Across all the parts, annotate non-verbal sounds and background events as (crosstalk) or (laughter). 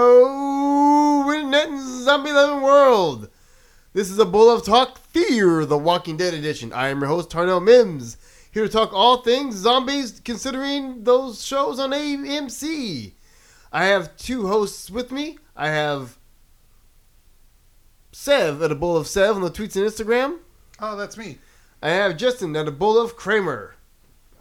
Hello, Internet and Zombie Eleven World. This is a Bull of Talk Fear, the Walking Dead edition. I am your host, Tarnell Mims, here to talk all things zombies, considering those shows on AMC. I have two hosts with me. I have Sev at a Bull of Sev on the tweets and Instagram. Oh, that's me. I have Justin at a Bull of Kramer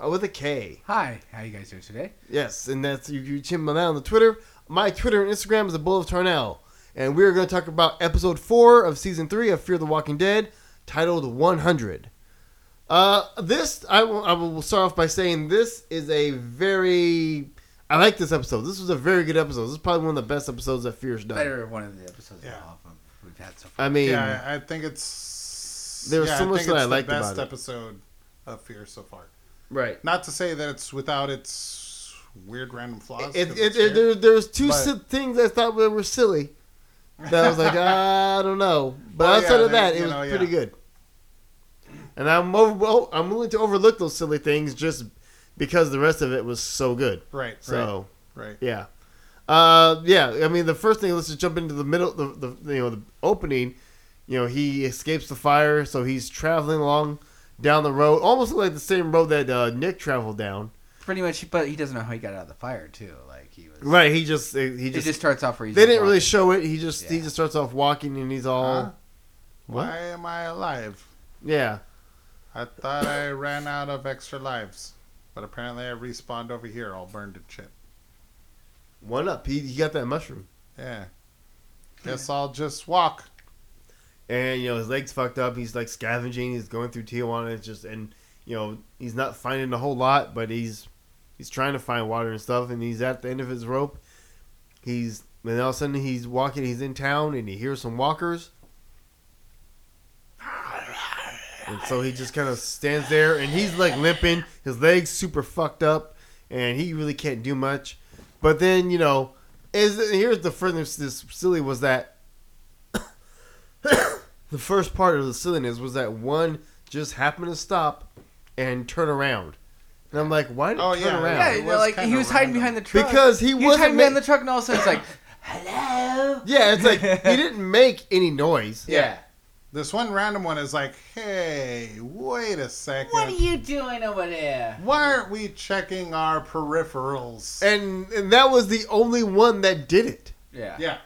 uh, with a K. Hi, how you guys doing today? Yes, and that's you, you check me out on the Twitter. My Twitter and Instagram is the Bull of Tarnell, and we are going to talk about episode four of season three of Fear the Walking Dead, titled 100. Uh, this I will, I will start off by saying this is a very I like this episode. This was a very good episode. This is probably one of the best episodes that Fear's done. better one of the episodes Yeah. off of we've had so far. I mean, Yeah, I I think it's There was yeah, so much think that it's I the liked best about it. episode of Fear so far. right. Not to say that it's without its weird random flaws. It, 'cause it, it's it, here. there, there's two But- si- things I thought were, were silly that I (laughs) was like, I don't know. But Well, outside Oh, yeah, of that, there- it you was know, yeah. pretty good. And I'm over, well, I'm willing to overlook those silly things just because the rest of it was so good. right, So right, right. yeah, uh, yeah. I mean, the first thing let's just jump into the middle, the, the you know the opening. You know, he escapes the fire, so he's traveling along down the road, almost like the same road that uh, Nick traveled down. Pretty much, but he doesn't know how he got out of the fire too. Like he was. Right. He just he It just just, starts off where he's They just didn't really walking. show it. He just he Yeah. just starts off walking and he's all Huh? what? Why am I alive? yeah. I thought I ran out of extra lives, but apparently I respawned over here, all burned and shit. One up. He, he got that mushroom, Yeah, Hmm. guess I'll just walk. and you know his legs fucked up. He's like scavenging. He's going through Tijuana. It's just and you know he's not finding a whole lot, but he's he's trying to find water and stuff. And he's at the end of his rope. He's and all of a sudden he's walking. He's in town and he hears some walkers. And so he just kind of stands there and he's like limping. His legs super fucked up and he really can't do much. But then, you know, is here's the furthest this silly was that (coughs) the first part of the silliness was that one just happened to stop and turn around. And I'm like, why did Oh, he turn yeah, around? Yeah, It you know, was like he kinda was random. hiding behind the truck Because he was wasn't hiding ma- behind the truck, and all of a sudden it's like, hello. (laughs) Yeah, it's like he didn't make any noise. Yeah. This one random one is like, hey, wait a second. What are you doing over there? Why aren't we checking our peripherals? And and that was the only one that did it. Yeah. yeah.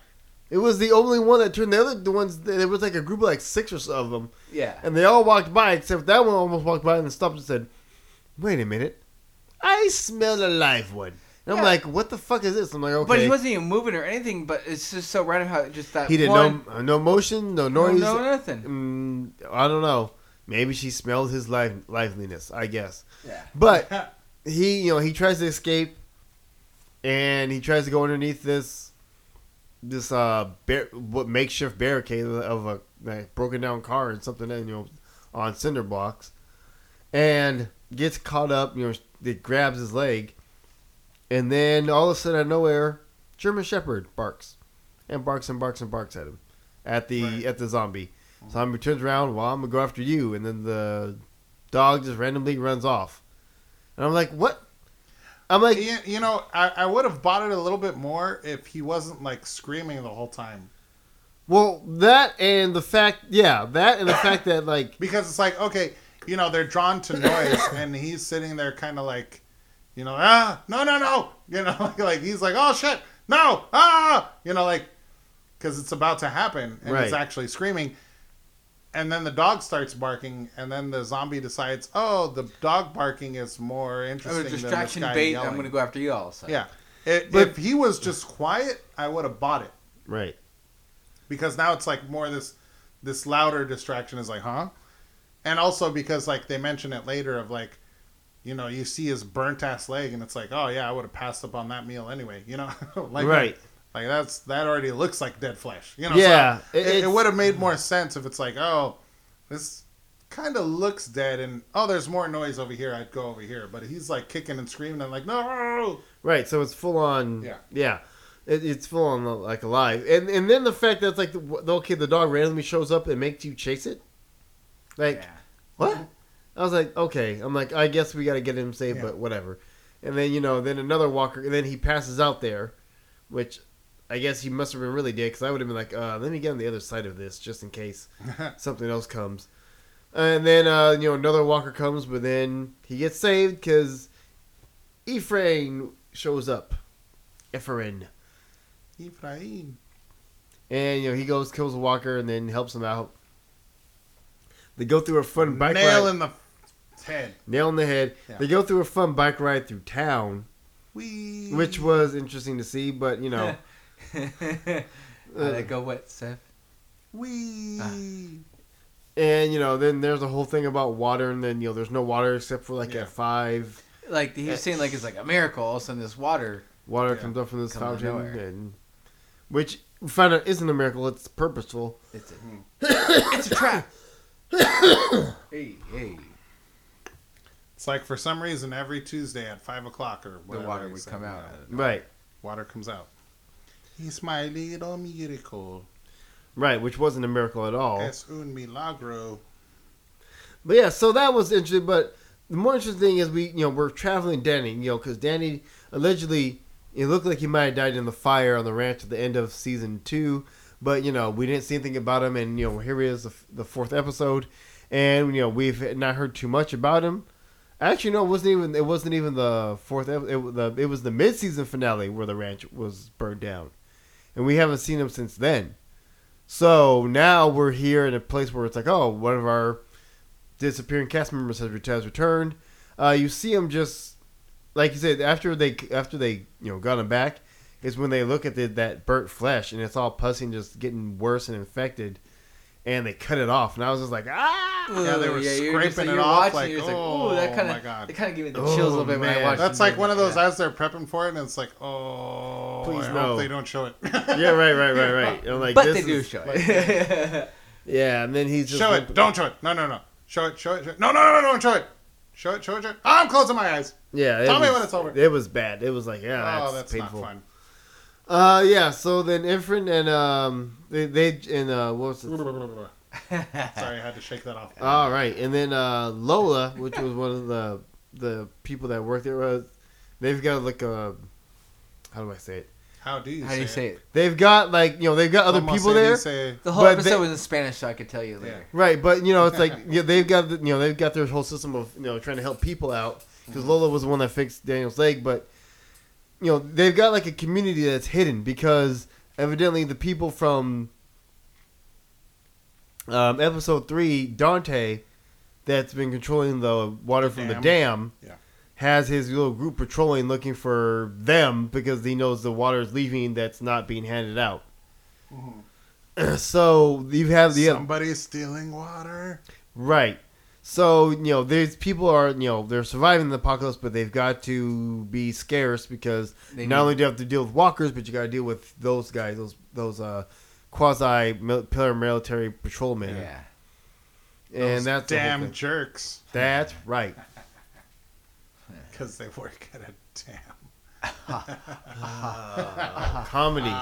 It was the only one that turned. The other the ones there was like a group of like six or so of them, Yeah. and they all walked by except that one almost walked by and stopped and said, "Wait a minute, I smell a live one." And I'm Yeah. like, "What the fuck is this?" I'm like, "Okay." But he wasn't even moving or anything. But it's just so random how just that He didn't one, no no motion, no no, noise. no nothing. Mm, I don't know. Maybe she smelled his life, liveliness. I guess. Yeah. But (laughs) he you know he tries to escape and he tries to go underneath this this uh bar- what makeshift barricade of a like, broken down car and something you know on cinder blocks and gets caught up you know it grabs his leg and then all of a sudden out of nowhere german shepherd barks and barks and barks and barks at him at the Right. at the zombie zombie turns around well i'm gonna go after you and then the dog just randomly runs off and i'm like what i'm like You, you know, I, I would have bought it a little bit more if he wasn't like screaming the whole time. Well, that and the fact, yeah, that (coughs) and the fact that like, Because it's like, okay, you know, they're drawn (laughs) to noise and he's sitting there kind of like, you know, ah, no, no, no. You know, (laughs) like, like he's like, oh shit, no, ah, you know, like, because it's about to happen and Right. he's actually screaming. And then the dog starts barking, and then the zombie decides, "Oh, the dog barking is more I'm interesting a than this Oh, distraction guy bait. I'm yelling." gonna go after you all. So. Yeah, I But- if he was just quiet, I would have bought it. right, because now it's like more this this louder distraction is like huh and also because like they mention it later of like you know you see his burnt ass leg and it's like oh yeah i would have passed up on that meal anyway you know (laughs) like right, like that's that already looks like dead flesh you know yeah, so it, it, it's- would have made more sense if it's like oh this kind of looks dead and oh there's more noise over here i'd go over here but he's like kicking and screaming and like no (laughs) right. So it's full on, Yeah. yeah, it, it's full on like alive, and and then the fact that like, the, okay, the dog randomly shows up and makes you chase it, like Yeah. what? I was like, okay, I'm like, I guess we got to get him saved, Yeah. but whatever. And then you know, then another walker, and then he passes out there, which I guess he must have been really dead because I would have been like, uh, let me get on the other side of this just in case something else comes. And then uh, you know another walker comes, but then he gets saved because Ephraim shows up. Ephraim. Ephraim. And you know he goes kills a walker and then helps him out. They go through a fun bike Nail ride, in the f- head. nail in the head. Yeah. They go through a fun bike ride through town, We. which was interesting to see. But (laughs) you (laughs) know, I let go wet, Seth. we. and you know then there's the whole thing about water, and then you know there's no water except for like Yeah. at five. Like he was saying, like it's like a miracle. All of a sudden, this water. Water Yeah. comes up from this Comes out of fountain, nowhere. and which we found out isn't a miracle; it's purposeful. It's a. Hmm. it's a (coughs) trap. hey, hey. It's like for some reason every Tuesday at five o'clock or The whatever water he would said, come out. yeah, Right, Water comes out. It's my little miracle. right, which wasn't a miracle at all. Es un milagro. But yeah, so that was interesting. But the more interesting thing is we, you know, we're traveling Danny, you know, because Danny allegedly it looked like he might have died in the fire on the ranch at the end of season two, but you know we didn't see anything about him, and you know here he is the, the fourth episode, and you know we've not heard too much about him. Actually, no, it wasn't even it wasn't even the fourth. ep- It, was the, it was the mid season finale where the ranch was burned down, and we haven't seen him since then. So now we're here in a place where it's like, oh, one of our disappearing cast members has, has returned. Uh, you see him just like you said after they after they you know got him back is when they look at the, that burnt flesh and it's all pussy and just getting worse and infected, and they cut it off and I was just like ah (laughs) Yeah, they were you're just scraping it you're off, watching, like, you're just oh, ooh, that kinda, my God. It kind of gave me the Oh, chills a little bit when man. I watched. That's it. like one of those Yeah. as they're prepping for it, and it's like, oh, Please I no. hope they don't show it. yeah right right right right And I'm like But this they do is- show (laughs) it. yeah and then he's just (laughs) show it. Don't show it. No, no, no. Show it. Show it. Show it. No, no, no, no. Don't show it. Show it. Show it. Show it. I'm closing my eyes. yeah it Tell me was- when it's over. it was bad it was like yeah oh, that's, that's painful not fun. uh yeah so then Ifrin and um they, they and uh what was it? Sorry, I had to shake that off. All right, and then uh, Lola, which was one of the the people that worked there, was they've got like a how do I say it? How do (laughs) you? How say do you it? say it? They've got like you know they've got other Como people se there, dice- The whole But episode they- was in Spanish, so I could tell you later. right? But you know it's like (laughs) yeah, they've got the, you know they've got their whole system of you know trying to help people out because Lola was the one that fixed Daniel's leg, but you know they've got like a community that's hidden because evidently the people from um, episode three, Dante, that's been controlling the water from the dam. dam, Yeah. has his little group patrolling looking for them because he knows the water is leaving that's not being handed out. (clears throat) so you have the Somebody's stealing water. Right. So, you know, these people are, you know, they're surviving the apocalypse, but they've got to be scarce because They not need- only do you have to deal with walkers, but you got to deal with those guys, those those uh, quasi mil- paramilitary patrolmen. Yeah. And Those that's the whole damn thing. jerks That's right. because they work at a dam. (laughs) Comedies. Oh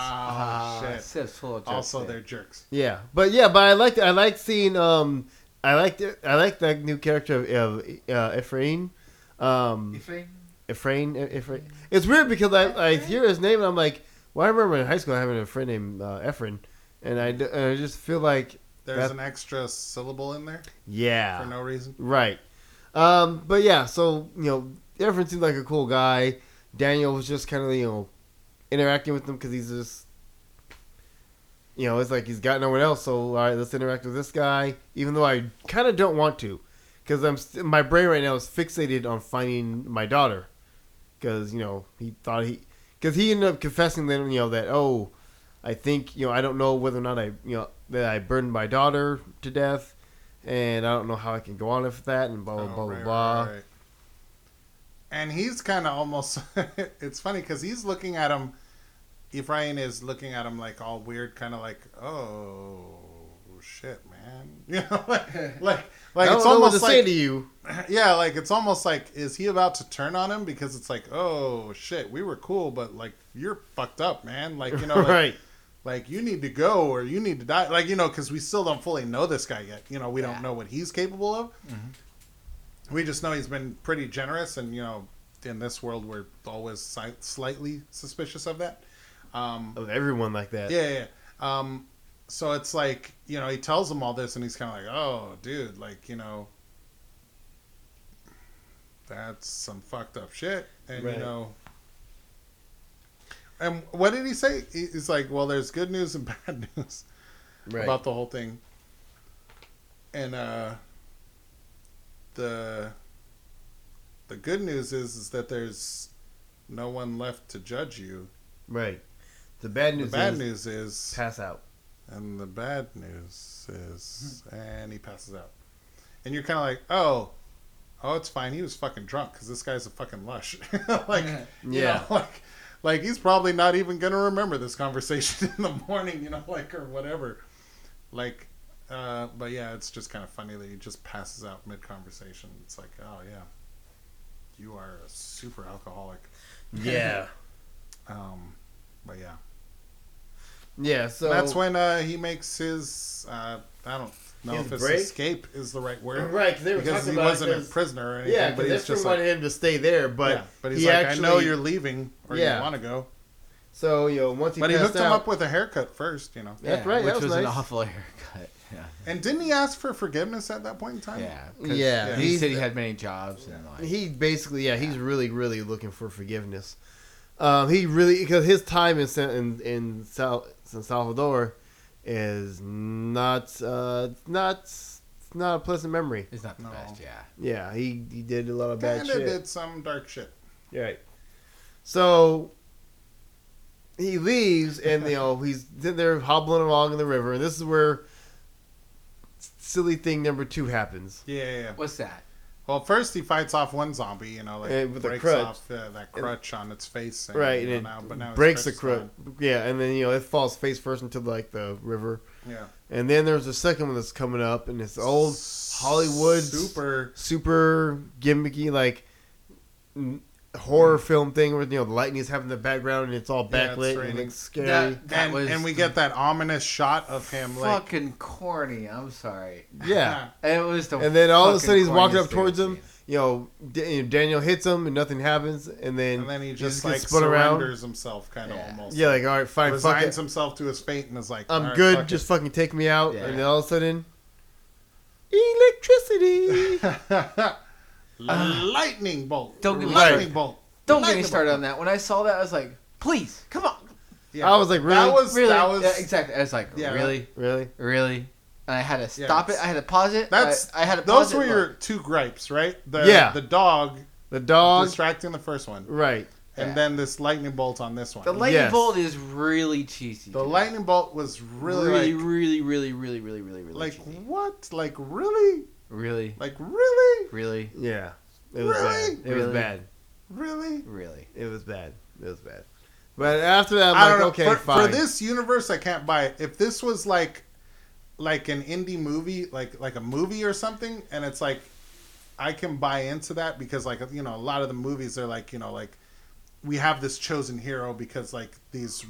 Uh, shit. Seth's full of jokes also, there. they're jerks. Yeah, but yeah, but I liked I liked seeing um I liked it, I liked that new character of, of uh, Ephraim. Um, Ephraim, Ephraim. E-, It's weird because I, I hear his name and I'm like, well, I remember in high school having a friend named uh, Ephraim, and I, d- and I just feel like, There's That- Ah. an extra syllable in there yeah, for no reason. right. Um, but yeah, so you know, Ephraim seemed like a cool guy. Daniel was just kind of you know interacting with him because he's just, you know, it's like he's got no one else. So all right, let's interact with this guy, even though I kind of don't want to, because I'm st- my brain right now is fixated on finding my daughter, because you know he thought he, because he ended up confessing that you know that oh, I think you know I don't know whether or not I you know that I burned my daughter to death. And I don't know how I can go on with that, and blah blah Oh, blah right, blah right, blah. right, right. And he's kind of almost. (laughs) it's funny because he's looking at him. Ephraim is looking at him like all weird, kind of like, "Oh shit, man," (laughs) you know, like, like, like I it's don't know what to almost say like, to you. yeah, like it's almost like, is he about to turn on him? Because it's like, "Oh shit, we were cool, but like you're fucked up, man." Like you know, (laughs) (laughs) like, right. like you need to go or you need to die like you know because we still don't fully know this guy yet you know we Yeah. don't know what he's capable of we just know he's been pretty generous and you know in this world we're always si- slightly suspicious of that Um, Of everyone like that. yeah, yeah, yeah. Um, so it's like you know he tells him all this, and he's kind of like, "Oh, dude, like you know, that's some fucked up shit," and Right. you know. And what did he say? He- He's like, "Well, there's good news and (laughs) bad news Right. about the whole thing," and uh, the the good news is is that there's no one left to judge you. right. The bad The news bad is news is pass out. And the bad news is, and he passes out. And you're kind of like, oh, oh, it's fine. He was fucking drunk because this guy's a fucking lush. (laughs) like, yeah, Yeah. (laughs) like, like he's probably not even gonna remember this conversation (laughs) in the morning, you know, like or whatever. Like, uh, but yeah, it's just kind of funny that he just passes out mid conversation. It's like, oh yeah, you are a super alcoholic. (laughs) Yeah. Um, but yeah. yeah, so that's when uh, he makes his. Uh, I don't know His if it's break? escape is the right word. Right, 'cause they were because talking he about it, wasn't a 'cause- prisoner or anything. yeah, but but he's that's just just like, wanted him to stay there, but yeah, but he's he like, actually, I know you're leaving or Yeah. you want to go. So you know, once he But he passed hooked out, him up with a haircut first, you know. That's right, Which that was an nice. (laughs) awful haircut. Yeah. And didn't he ask for forgiveness at that point in time? Yeah. 'cause Yeah, He he's- said he had many jobs and like. he basically yeah he's really really looking for forgiveness um, he really because his time in Sa- in in, Sal, San Salvador is not uh, not it's not a pleasant memory it's not the No. best. Yeah. yeah he, he did a lot of bad Kind of shit did some dark shit. right so he leaves and you know he's then they're hobbling along in the river and this is where silly thing number two happens Yeah, yeah, yeah. What's that? Well, first he fights off one zombie, you know, like And with a breaks crutch. off uh, that crutch on its face. And, right you know, and now- it but now his breaks the crutch is crutch yeah and then you know it falls face first into like the river gone. Yeah. And then there's a second one that's coming up, and it's old Hollywood super, Super. super gimmicky like n- horror film thing where you know the lightning is happening in the background and it's all Yeah, it's backlit and it raining. looks scary. That- and, and we get that ominous shot of him like fucking corny. I'm sorry. (laughs) yeah. It was the. And then all of a fucking sudden he's walking corniest up towards thing I've him. seen. You know, D- Daniel hits him and nothing happens, and then and then he just, gets like surrenders himself kind of Yeah. almost Yeah, like all right, fine, fuck resigns it. himself to his fate and is like I'm "All right, good. fuck just fucking take me out, Yeah. and then all of a sudden, electricity. (laughs) it." lightning bolt Uh. Don't get me lightning started. bolt Don't get lightning me started on that. When I saw that, I was like, please, come on. bolt. yeah. I was like, really, that was Really? that was Yeah, exactly. I was like, Yeah, really? really. Really? And I had to Yeah, stop it. it's- I had to pause it. that's I, I had to pause those were it, your look. two gripes right the Yeah. the dog The dog, distracting the first one right? and Yeah. then this lightning bolt on this one The lightning Yes. bolt is really cheesy. The dude. lightning bolt was really, really, like, really, really, really, really, really, really, like cheesy. what like really really, like really really, Yeah. It was Really? bad. It was Really? bad. really (laughs) really. It was bad. It was bad. But after that, I'm I like, don't know. okay, for, for fine. this universe, I can't buy it. If this was like, like an indie movie, like like a movie or something, and it's like, I can buy into that because like you know a lot of the movies are like you know like, we have this chosen hero because like these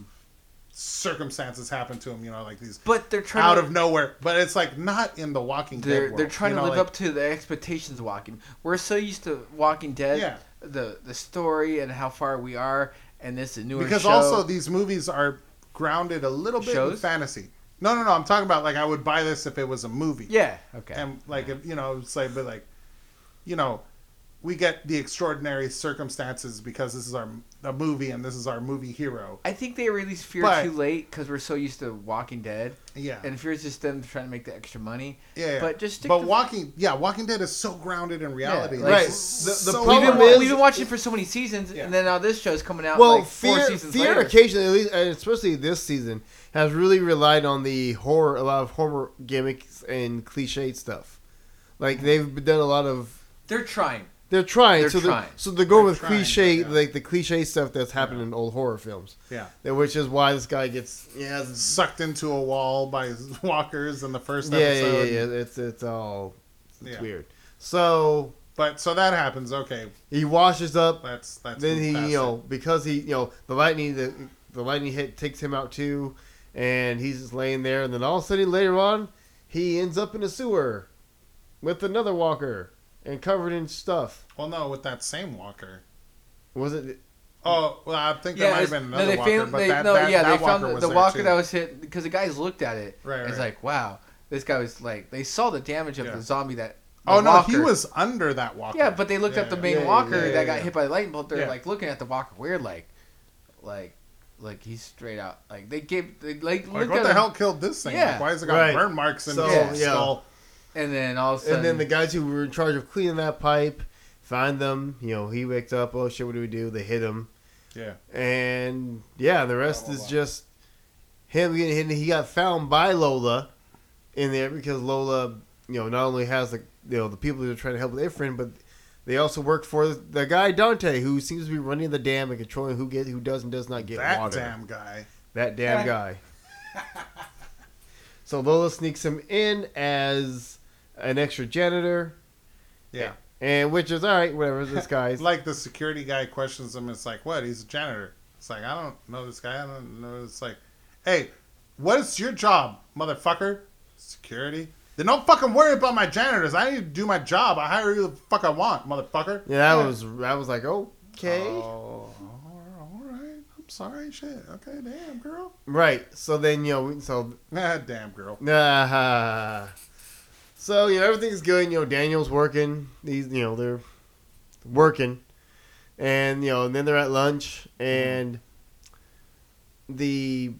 circumstances happen to him. You know like these But they're trying out to, of nowhere. But it's like not in the Walking Dead. they're world, they're trying you to know, live like- up to the expectations of Walking. We're so used to Walking Dead, Yeah. the the story and how far we are, and this is newer because show. also these movies are grounded a little bit in Shows? fantasy. No, no, no. I'm talking about like I would buy this if it was a movie. yeah, okay, and like if you know it's like but like you know we get the extraordinary circumstances because this is our a movie and this is our movie hero I think they released Fear But- too late because we're so used to Walking Dead, yeah and Fear's just them trying to make the extra money. yeah, yeah. but just stick but to- walking yeah walking dead is so grounded in reality Yeah, like, right. The, the so We've been, problem well, is, we've been watching for so many seasons, Yeah. and then now this show's coming out. well, like four fear, seasons fear later. occasionally, at least, and especially this season, has really relied on the horror, a lot of horror gimmicks and cliched stuff. Like they've done a lot of. They're trying. They're trying, They're so they're, trying. so they're going They're with trying, cliche, yeah. like the cliche stuff that's happened in old horror films, yeah That- which is why this guy gets yeah, sucked into a wall by (laughs) walkers in the first yeah, yeah, yeah, episode yeah. It's it's all it's Yeah. weird. So but so that happens okay he washes up, that's that's then he fantastic. you know because he you know the lightning the the lightning hit takes him out too and he's just laying there and then all of a sudden later on he ends up in a sewer with another walker and covered in stuff well no with that same walker was it Oh, well, I think there Yeah, might have it's- been another no, they walker, found, but they, that, no, that, yeah, that they walker found the, was the there walker too. that was hit because the guys looked at it. Right, It's right. like, wow, this guy was like, they saw the damage of Yeah. the zombie that. the Oh no, he walker- was under that walker. Yeah, but they looked Yeah, up the yeah. main Yeah, walker yeah, yeah, that got yeah. hit by the lightning bolt. They're Yeah. like looking at the walker weird, like, like, like he's straight out. Like they gave, they like, like looked what at the him, hell killed this thing? Yeah. Like, why has it got Right. burn marks in So, its yeah. skull? and then all of a sudden, And then the guys who were in charge of cleaning that pipe find them. You know, he wakes up. Oh shit, what do we do? They hit him, Yeah, and yeah, the rest Blah, blah, is blah. just him getting hit. He got found by Lola in there because Lola, you know, not only has the you know the people who are trying to help with Ifrin, but they also work for the guy Dante, who seems to be running the dam and controlling who get who does and does not get that water. damn guy. That damn guy. so Lola sneaks him in as an extra janitor, Yeah, and which is all right, whatever. (laughs) This guy's It's like the security guy questions him. It's like, what? He's a janitor. It's like, I don't know this guy. I don't know. It's like, hey, what is your job, motherfucker? Security. Then don't fucking worry about my janitors. I need to do my job. I hire you the fuck I want, motherfucker. yeah, that was I was like okay, Oh, all right. I'm sorry. Shit. Okay. Damn, girl. (laughs) right. So then you know, we- so Nah, damn, girl. nah. so you know everything's good. You know Daniel's working. These you know they're working, and you know and then they're at lunch, and the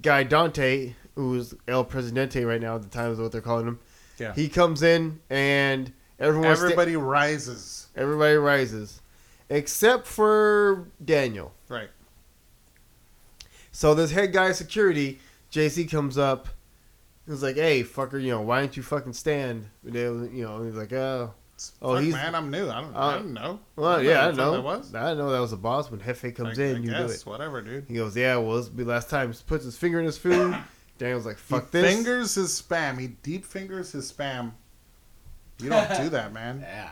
guy Dante, who's El Presidente right now at the time is what they're calling him. Yeah. He comes in and everyone sta- Everybody rises. everybody rises, except for Daniel. Right. So this head guy of security, JC, comes up. He's like, "Hey, fucker, you know why didn't you fucking stand?" And they- you know, and he's like, "Oh, Oh, Oh, Fuck, he's- man, I'm new. I don't, Uh, I don't know. well, I yeah, I didn't know. That was. I know that was the boss. When Hefe comes Like, in, I Uh, you do guess, it." Whatever, dude. He goes, "Yeah, well, this will be last time." Just puts his finger in his (coughs) food. Daniel's like, "Fuck he this." fingers his spam. He deep fingers his spam. You don't do that, man. yeah,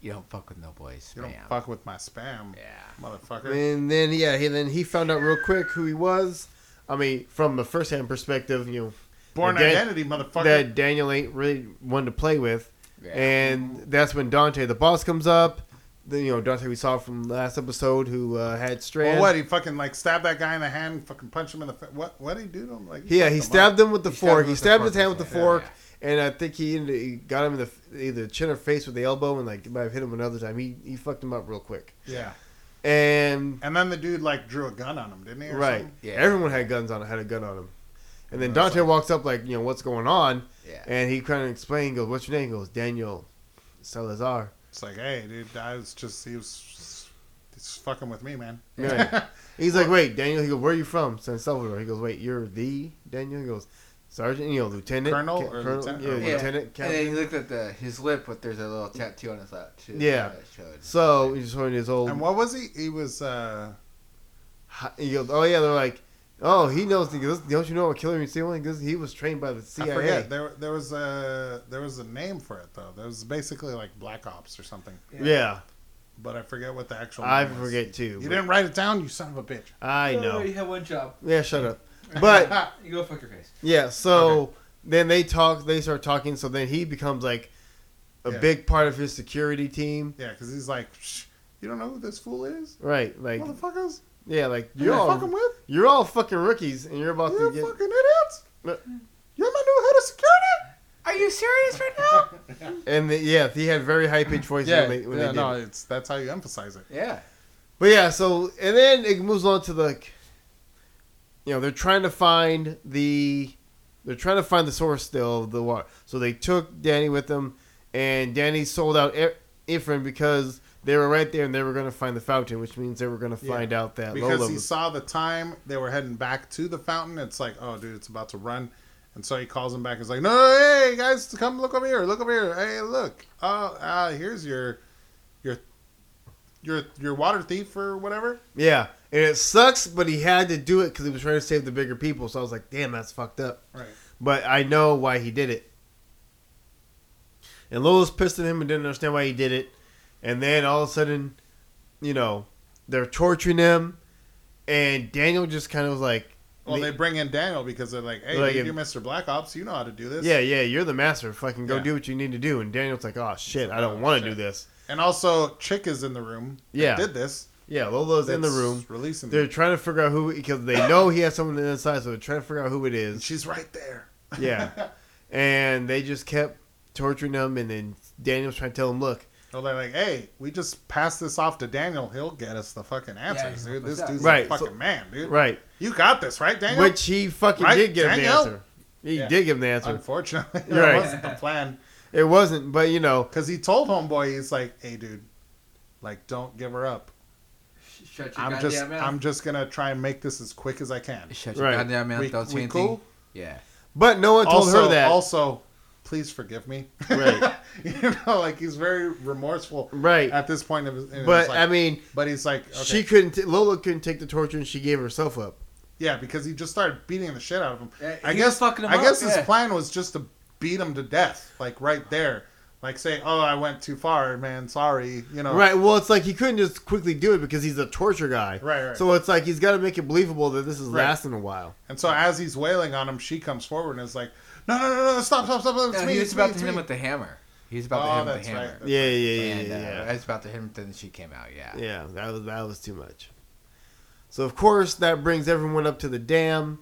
you don't fuck with no boys, You don't man. fuck with my spam, Yeah. motherfucker. And then yeah, he then he found out real quick who he was. I mean, from a first hand perspective, you know, Born that- identity, motherfucker. that Daniel ain't really one to play with. Yeah. And that's when Dante, the boss, comes up. The, you know, Dante we saw from last episode who uh, had Strand. well, what? He fucking like stabbed that guy in the hand, fucking punched him in the face. What? What did he do to him? Like, yeah, fucked he him stabbed him with the He stabbed fork. him He with the stabbed fork, his hand with the yeah. fork. Yeah, And I think he, ended- he got him in the either chin or face with the elbow, and like might have hit him another time. He he fucked him up real quick. up. Yeah, And and then the dude like drew a gun on him, didn't he? or right, something? Yeah. everyone had guns on had a gun on him. And then That's Dante walks up like you know what's going on, yeah. and he kind of explains, goes, "What's your name?" He goes, "Daniel Salazar." It's like, hey, dude, I was just he was, he's fucking with me, man. Right. (laughs) He's like, wait, Daniel. He goes, where are you from? San Salvador. He goes, wait, you're the Daniel. He goes, sergeant, you know, lieutenant, Colonel or lieutenant Oh, yeah, or Yeah. lieutenant, And then he captain. looked at the his lip, but there's a little tattoo on his lip too. Yeah. that showed. So he's showing his old. And what was he? He was. uh hi- He goes, oh yeah, they're like, oh, he knows. He goes, don't you know what killer concealment? He goes, he was trained by the I forget. CIA. There, there was a there was a name for it though. There was basically like Black Ops or something, Yeah, but I forget what the actual. I name was. forget too. You but- didn't write it down, you son of a bitch. I know. You had one job. Yeah, shut up. But You go fuck your face. Yeah, so (laughs) then they talk, they start talking, so then he becomes like a Yeah. big part of his security team. Yeah, because he's like, Shh, you don't know who this fool is, Right, like motherfuckers. yeah, like You're you're fucking all, with. you're all fucking rookies and you're about You're to get fucking idiots. Look. You're my new head of security. Are you serious right now? (laughs) and the, yeah, he had very high pitched voice when they, when they did. no, it. it's that's how you emphasize it. yeah. But yeah, so and then it moves on to like you know, they're trying to find the they're trying to find the source still of the water. So they took Danny with them and Danny sold out I- Ifrin because they were right there and they were going to find the fountain, which means they were going to Yeah. find out that because Lola he was saw the time they were heading back to the fountain. It's like, oh, dude, it's about to run. And so he calls him back. He's like, no, no, hey, guys, come look over here. Look over here. Hey, look. Uh, uh here's your, your, your, your water thief or whatever. Yeah. And it sucks, but he had to do it cuz he was trying to save the bigger people. So I was like, "Damn, that's fucked up." Right. But I know why he did it. And Lola's pissed at him and didn't understand why he did it. And then all of a sudden, you know, they're torturing him. And Daniel just kind of was like, Well, They- they bring in Daniel because they're like, hey, Like dude, if- you're Mr. Black Ops. You know how to do this. Yeah, yeah, you're the master. Fucking go Yeah. do what you need to do. And Daniel's like, Oh, shit, I Oh, don't want to shit. do this. And also, Chick is in the room. that Yeah. Did this. Yeah, Lolo's in the that's room. releasing. They're Them. trying to figure out who because they know he has someone inside, so they're trying to figure out who it And is. she's right there. Yeah, and they just kept torturing him, and then Daniel's trying to tell him, "Look, So they're like, "Hey, we just pass this off to Daniel. He'll get us the fucking answers, he'll dude. help us This out." dude's Right, a fucking so- man, dude. right," You got this, right, Daniel? which he fucking Right, did give him the Daniel? answer. He Yeah. did give him the answer. Unfortunately, (laughs) Right. that wasn't the plan. It wasn't, but you know, Because he told homeboy, he's like, "Hey, dude, like, don't give her up. Sh- Shut your I'm goddamn just, mouth. I'm just gonna try and make this as quick as I can. Shut your Right. goddamn mouth. We- Don't say we anything. cool? Yeah. but no one told also, her that. also, please forgive me. Right. (laughs) you know, like he's very remorseful right, at this point of his. and but uh, it's like- I mean, but he's like, okay. she couldn't. T- Lola couldn't take the torture, and she gave herself up. yeah, because he just started beating the shit out of him. Yeah, I he guess was fucking him I up, guess his yeah. plan was just to beat him to death, like right there, like say, "Oh, I went too far, man. Sorry," you know. Right. Well, it's like he couldn't just quickly do it because he's a torture guy. Right, right. So it's like he's got to make it believable that this is Right. lasting a while. And so as he's wailing on him, she comes forward and is like, "No, no, no, no! Stop, stop, stop! It's No, me! he It's was me! about It's to hit me!" him with the hammer. He was about Oh, to hit that's him with the right. hammer. Yeah, yeah, yeah, And, uh, yeah, I yeah. was about to hit him, then she came out. Yeah. Yeah, that was that was too much. So of course that brings everyone up to the dam,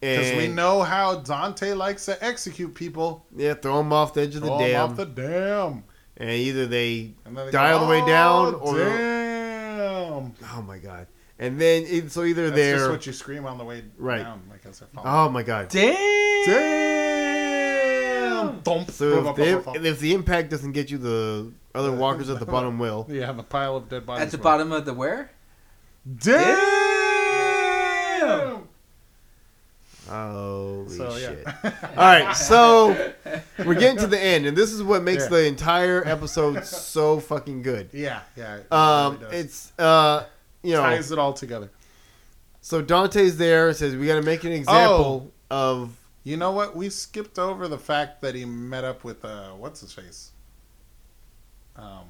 Because and we know how Dante likes to execute people. yeah, throw them off the edge of the Throw 'em dam, off the dam. and either they And then they Die go, all the way down, "Oh, or- damn. oh my god, and then it, so either That's they're just what you scream on the way Right. down, like as they're falling. oh my god. Damn. Damn. Thump. So if, Bump, they, bump, bump, if the impact doesn't get you, the other walkers at the bottom will. bump. yeah, the pile of dead bodies. At the will- bottom of the where? Damn. Holy (laughs) So shit. yeah, All right, so we're getting to the (laughs) end, and this is what makes Yeah. the entire episode so fucking good. (laughs) yeah, yeah. it Um, really does. it's uh, you know, ties it all together. so Dante's there and says we got to make an example Oh. of You know what? We skipped over the fact that he met up with uh, what's his face? Um,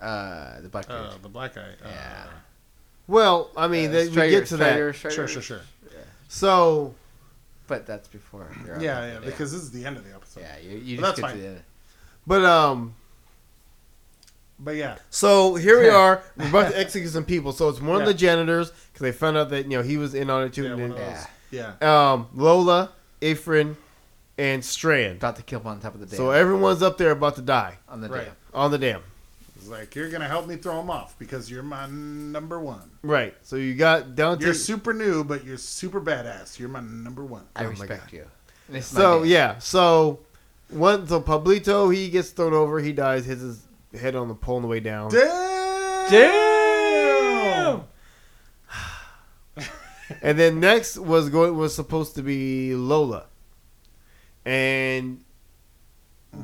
Uh, uh, the bucket. uh, the black guy. Uh, Yeah. well, I mean, they, we get to that. Sure, sure, sure. So But that's before. Yeah, you're on yeah, that, Because this is the end of the episode. yeah, you, you Well, just that's get to the end. but um, But yeah, so here (laughs) we are. We're about to execute some people. So it's one of Yeah. the janitors because they found out that you know he was in on it too. Yeah, and one then, of Yeah, yeah. um, Lola, Afrin, and Strand. about to kill him on top of the dam. So everyone's up there about to die on the Right. dam. on the dam. It's like you're gonna help me throw him off because you're my number one. Right. So you got Dante. You're super new, but you're super badass. You're my number one. I Oh my respect you. This is my So dam. yeah, so one so Pablito he gets thrown over, he dies, hits his head on the pole on the way down. Damn. And then next was going was supposed to be Lola. And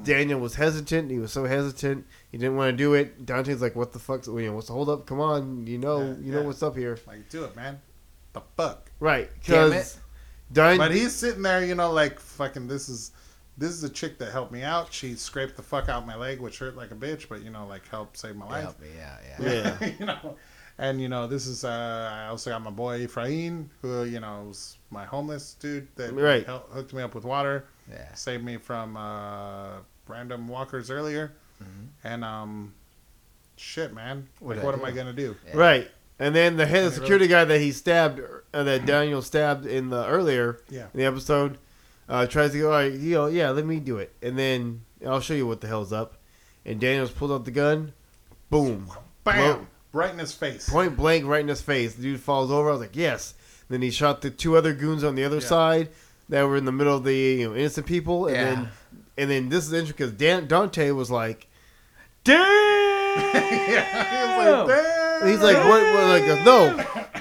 Daniel was hesitant. He was so hesitant. He didn't want to do it. Dante's like, "What the fuck? You know, what's the hold up? Come on, you know, Yeah, you know yeah. what's up here, Like, do it, man. The fuck. right?" Damn Because Dan- But he's sitting there, you know, like fucking. This is this is a chick that helped me out. She scraped the fuck out my leg, which hurt like a bitch, but you know, like helped save my life. Help me. Yeah, yeah. Yeah. (laughs) you know, and you know, this is. Uh, I also got my boy Efrain, who you know was my homeless dude that Right. hel- hooked me up with water, Yeah. saved me from uh, random walkers earlier, and um, shit, man. What'd like, I what do? am I gonna do? yeah. right, and then the head of Yeah, security guy that he stabbed, uh, that Daniel stabbed in the earlier, Yeah. in the episode uh, tries to go, all right, you know, yeah, let me do it, and then I'll show you what the hell's up. And Daniels pulls out the gun, boom, Bam! Blow- Right in his face. (laughs) point blank, right in his face. The dude falls over. I was like, yes. Then he shot the two other goons on the other Yeah. side that were in the middle of the you know, innocent people, and Yeah. then and then this is interesting because Dan- Dante was like, yeah, he was like, damn. he's like, what? what like, uh,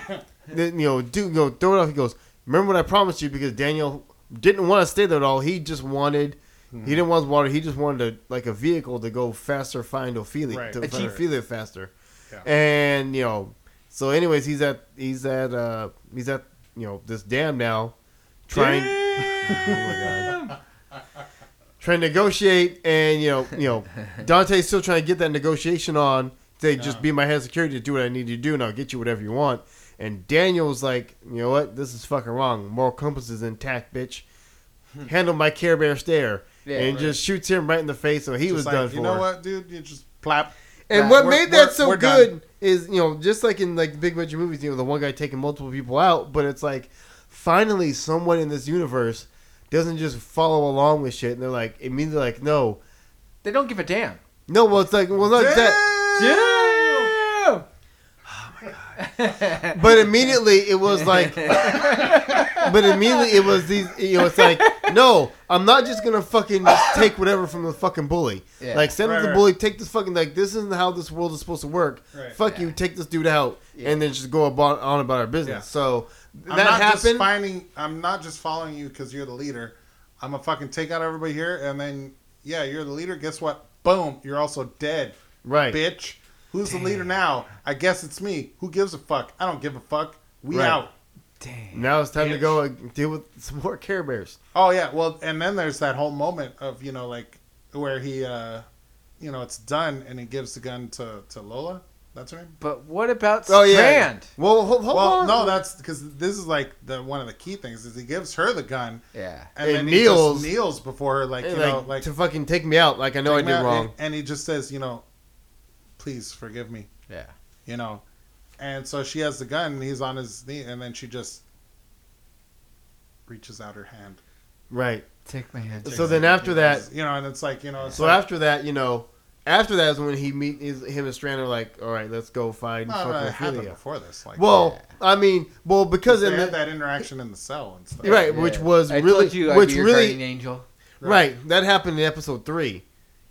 no, (laughs) then, you know, dude, go throw it off. He goes, remember what I promised you because Daniel didn't want to stay there at all. He just wanted. Hmm. He didn't want water. He just wanted a, like a vehicle to go faster, find Ophelia, Right. to A find jeep. Ophelia faster. Yeah. And you know, so anyways, he's at he's at uh he's at you know this dam now, trying. Oh my god. (laughs) Trying to negotiate, and you know, you know, Dante's still trying to get that negotiation on. Say, just Yeah. be my head of security to do what I need you to do, and I'll get you whatever you want. And Daniel's like, you know what? This is fucking wrong. Moral compass is intact, bitch. Handle my Care Bear stare, Yeah, and right. just shoots him right in the face. So he Just was like, done for. You know what, dude? You just plap. And Nah, what we're- made that we're- so we're done. good is, you know, just like in like big budget movies, you know, the one guy taking multiple people out, but it's like finally someone in this universe doesn't just follow along with shit and they're like immediately like, no. They don't give a damn. No, well it's like well not that Damn. but immediately it was (laughs) like but immediately it was these you know, it's like, no, I'm not just gonna fucking just take whatever from the fucking bully. Yeah. Like send Right, him the right. bully, take this fucking like this isn't how this world is supposed to work. Right. Fuck you, take this dude out, and then just go about, on about our business. Yeah. So I'm that not just happened. finding. I'm not just following you because you're the leader. I'm gonna fucking take out everybody here, and then yeah, you're the leader. Guess what? Boom, you're also dead, Right. bitch. Who's the leader now? I guess it's me. Who gives a fuck? I don't give a fuck. We Right. out. (laughs) Damn. Now it's time to go and deal with some more Care Bears. Oh yeah, well, and then there's that whole moment of you know like where he, uh you know, it's done, and he gives the gun to to Lola. That's her name. But what about Oh, yeah. Strand? Well, hold, hold Well, on. no, that's because this is like the one of the key things is he gives her the gun Yeah. and, And then kneels. he just kneels before her, like Hey, you like, know, like to fucking take me out. Like I know I Like, did man, wrong. And, and he just says, you know, please forgive me, Yeah. you know. And so she has the gun, and he's on his knee, and then she just reaches out her hand. right. Take my hand. So then after that, you know, and it's like, you know, it's so like, after that, you know, after that is when he meet his, him and Strand are like, all right, let's go find no, no, it fucking happened Ophelia. before this. Like, Well, I mean, well, because in they had the, that interaction in the cell and stuff. Right. which was I really- told you I'd which be your really- guardian angel. right that happened in episode three.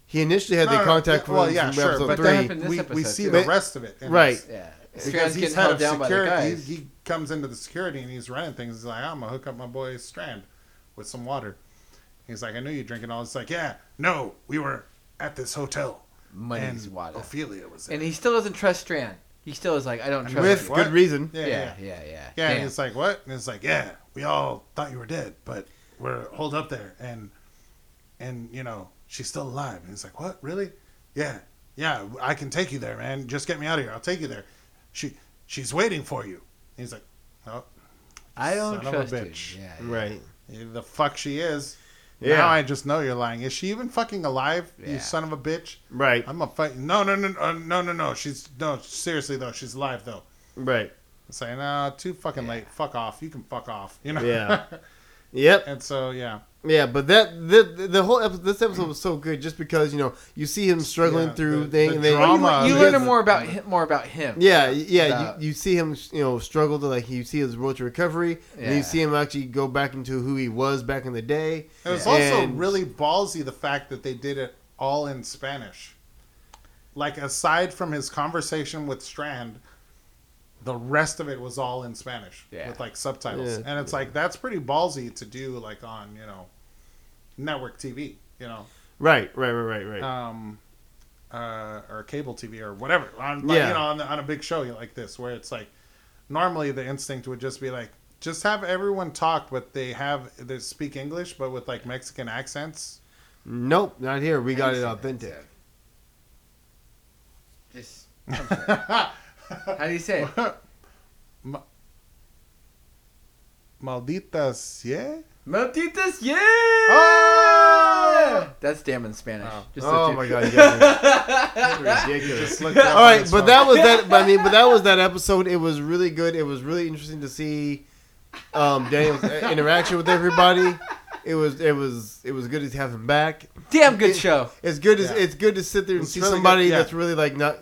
He initially had No, the no, contact yeah, from, well, yeah, from sure, episode but three. that happened- In this We, we episode, see too. the rest of it. and Right. it's- Yeah. Because Strand's he's getting head held of down by the security. guys. He, he comes into the security and he's running things. He's like, I'm going to hook up my boy Strand with some water. He's like, I knew you drinking all. It's like, yeah, no, we were at this hotel. Money's and water. Ophelia was there. oh, And he still doesn't trust Strand. He still is like, I don't And trust with you. What? good reason. yeah, yeah. Yeah, Yeah, yeah, yeah. and Damn. he's like, what? And it's like, yeah, we all thought you were dead, but we're holed up there. And, and you know, she's still alive. And he's like, what? Really? Yeah, yeah, I can take you there, man. Just get me out of here. I'll take you there. She, She's waiting for you. And he's like, oh, I don't son of a trust bitch. you. Yeah, yeah. Right. The fuck she is. Yeah. Now I just know you're lying. Is she even fucking alive? Yeah. You son of a bitch. Right. I'm a fight. No, no, no, uh, no, no, no. She's no. Seriously though, she's alive though. (laughs) Right. It's like, nah, too fucking Yeah. late. Fuck off. You can fuck off. You know. Yeah. Yep. (laughs) and so yeah, Yeah, but that the the- the whole episode, this episode was so good just because you know you see him struggling Yeah, through the- thing the and then drama You Uh, learn because- more about him, more about him. yeah y- yeah That- you, you see him you know struggle to like you see his road to recovery and Yeah. you see him actually go back into who he was back in the day. it was Yeah. also And- really ballsy the fact that they did it all in Spanish. Like aside from his conversation with Strand, the rest of it was all in Spanish Yeah. with like subtitles, Yeah. and it's like that's pretty ballsy to do like on you know network TV. You know. Right, right, right, right, right. um, uh, or cable TV or whatever on like, Yeah. you know on, the, on a big show like this where it's like normally the instinct would just be like just have everyone talk but they have they speak English but with like Mexican accents. nope, not here. We got it Anything. authentic. (laughs) Just. How do you say it? Ma- Malditas, yeah. Malditas, yeah! Oh! That's damn in Spanish. Oh. Just oh the my two- god, you guys are ridiculous. Just looked up All on right, his but phone. that was that. But I mean, but that was that episode. It was really good. It was really interesting to see um, Daniel's uh, interaction with everybody. It was it was it was good to have him back. (laughs) Damn (laughs) good show. It's good. To, Yeah. It's good to sit there and It's see really somebody good, yeah. that's really like not.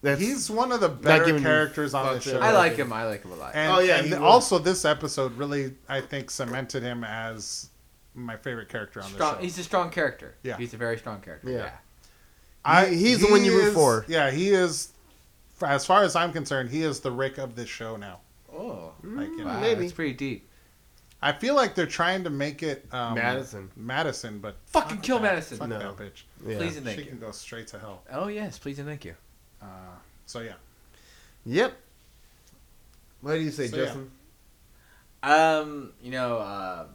That's he's one of the better giving me characters on the fucks at show. all. I like him. I like him a lot. And, Oh, yeah, and he was. also this episode really, I think, cemented him as my favorite character on the show. strong, he's a strong character. Yeah. He's a very strong character. Yeah. Yeah. I, He- he's the one you root is- for. Yeah, he is. f- As far as I'm concerned, he is the Rick of this show now. Oh. Like, you know, Wow, Mm, maybe. That's pretty deep. I feel like they're trying to make it um, Madison. Madison, but Fucking fuck kill that. Madison. Fuck No. that bitch. yeah. Please and she thank you. can go straight to hell. Oh, yes. Please and thank you. Uh, so Oh, yeah, Yep. What do you say, So, yeah. Justin? Um, you know, um,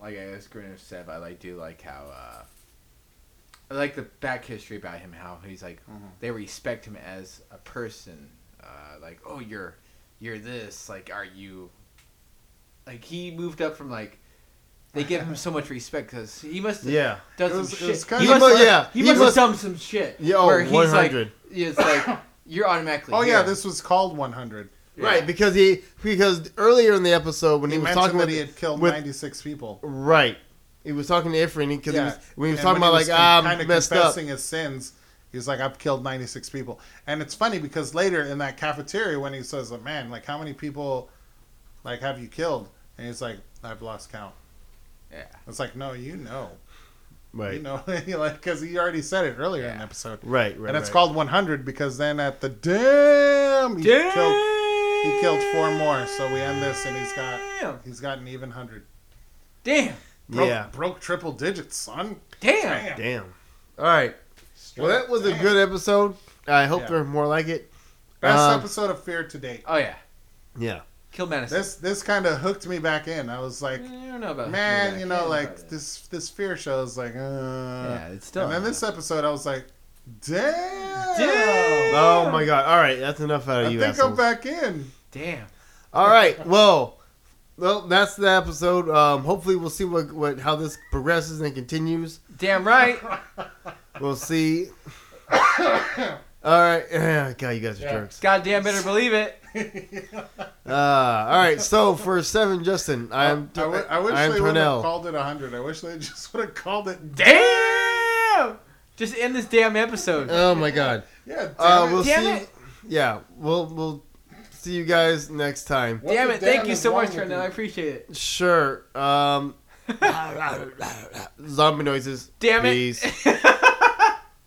like I guess Grinner said, I like do like how uh, I like the back history about him. How he's like Mhm. they respect him as a person. Uh, like, oh, you're you're this. Like, are you? Like he moved up from like They give him so much respect because he must have Yeah. done It was- some it shit. was kinda- he He must, mu- yeah, he he must have must- done some shit. Yeah, oh, where he's 100. like, it's like you're automatically. Oh yeah, here. this was called 100. Right, because he because earlier in the episode when He, he, was mentioned talking that about he had killed with- 96 people. right, he was talking to Ifrin because Yeah. he was, when he was And talking when about he like was ah, con- I'm kinda messed up. confessing his sins. He's like, I've killed 96 people, and it's funny because later in that cafeteria, when he says, like, "Man, like how many people, like have you killed?" and he's like, "I've lost count." Yeah. It's like, no, you know, you Right, know, (laughs) like because he already said it earlier in the episode, right, right. and it's right. called 100 because then at the damn, he killed he killed four more, so we end this, and he's got Damn. he's got an even 100. Damn. Broke, yeah. broke triple digits, son. Damn. Damn. All right. Well, that was a good episode. I hope Yeah. there's more like it. Best Um, episode of Fear to date. Oh yeah. Yeah. Kill Madison. This this kind of hooked me back in. I was like, I don't know about man, you know, about like it. this this Fear show is like, uh. Yeah, Yeah, it's still. and then this episode, I was like, damn. Damn. Oh my god. All right, that's enough out I of you think assholes. I'm back in. Damn. All right. Well, well, that's the episode. Um, hopefully, we'll see what what how this progresses and continues. Damn right. We'll see. All right. (clears throat) God, you guys are Yeah. jerks. Goddamn better believe it. Uh, all right. So for seven, Justin, I am. I, wi- I wish I am they would have Purnell. called it 100. I wish they (laughs) just would have called it. Damn. Just end this damn episode. Uh, Oh my god. Yeah, damn Uh, it. we'll Damn see. it. Yeah, we'll we'll see you guys next time. What Damn the it. Thank damn you is so wrong much, with Trenton. you? I appreciate it. (laughs) Sure. Um, (laughs) zombie noises. Damn Peace. it. (laughs)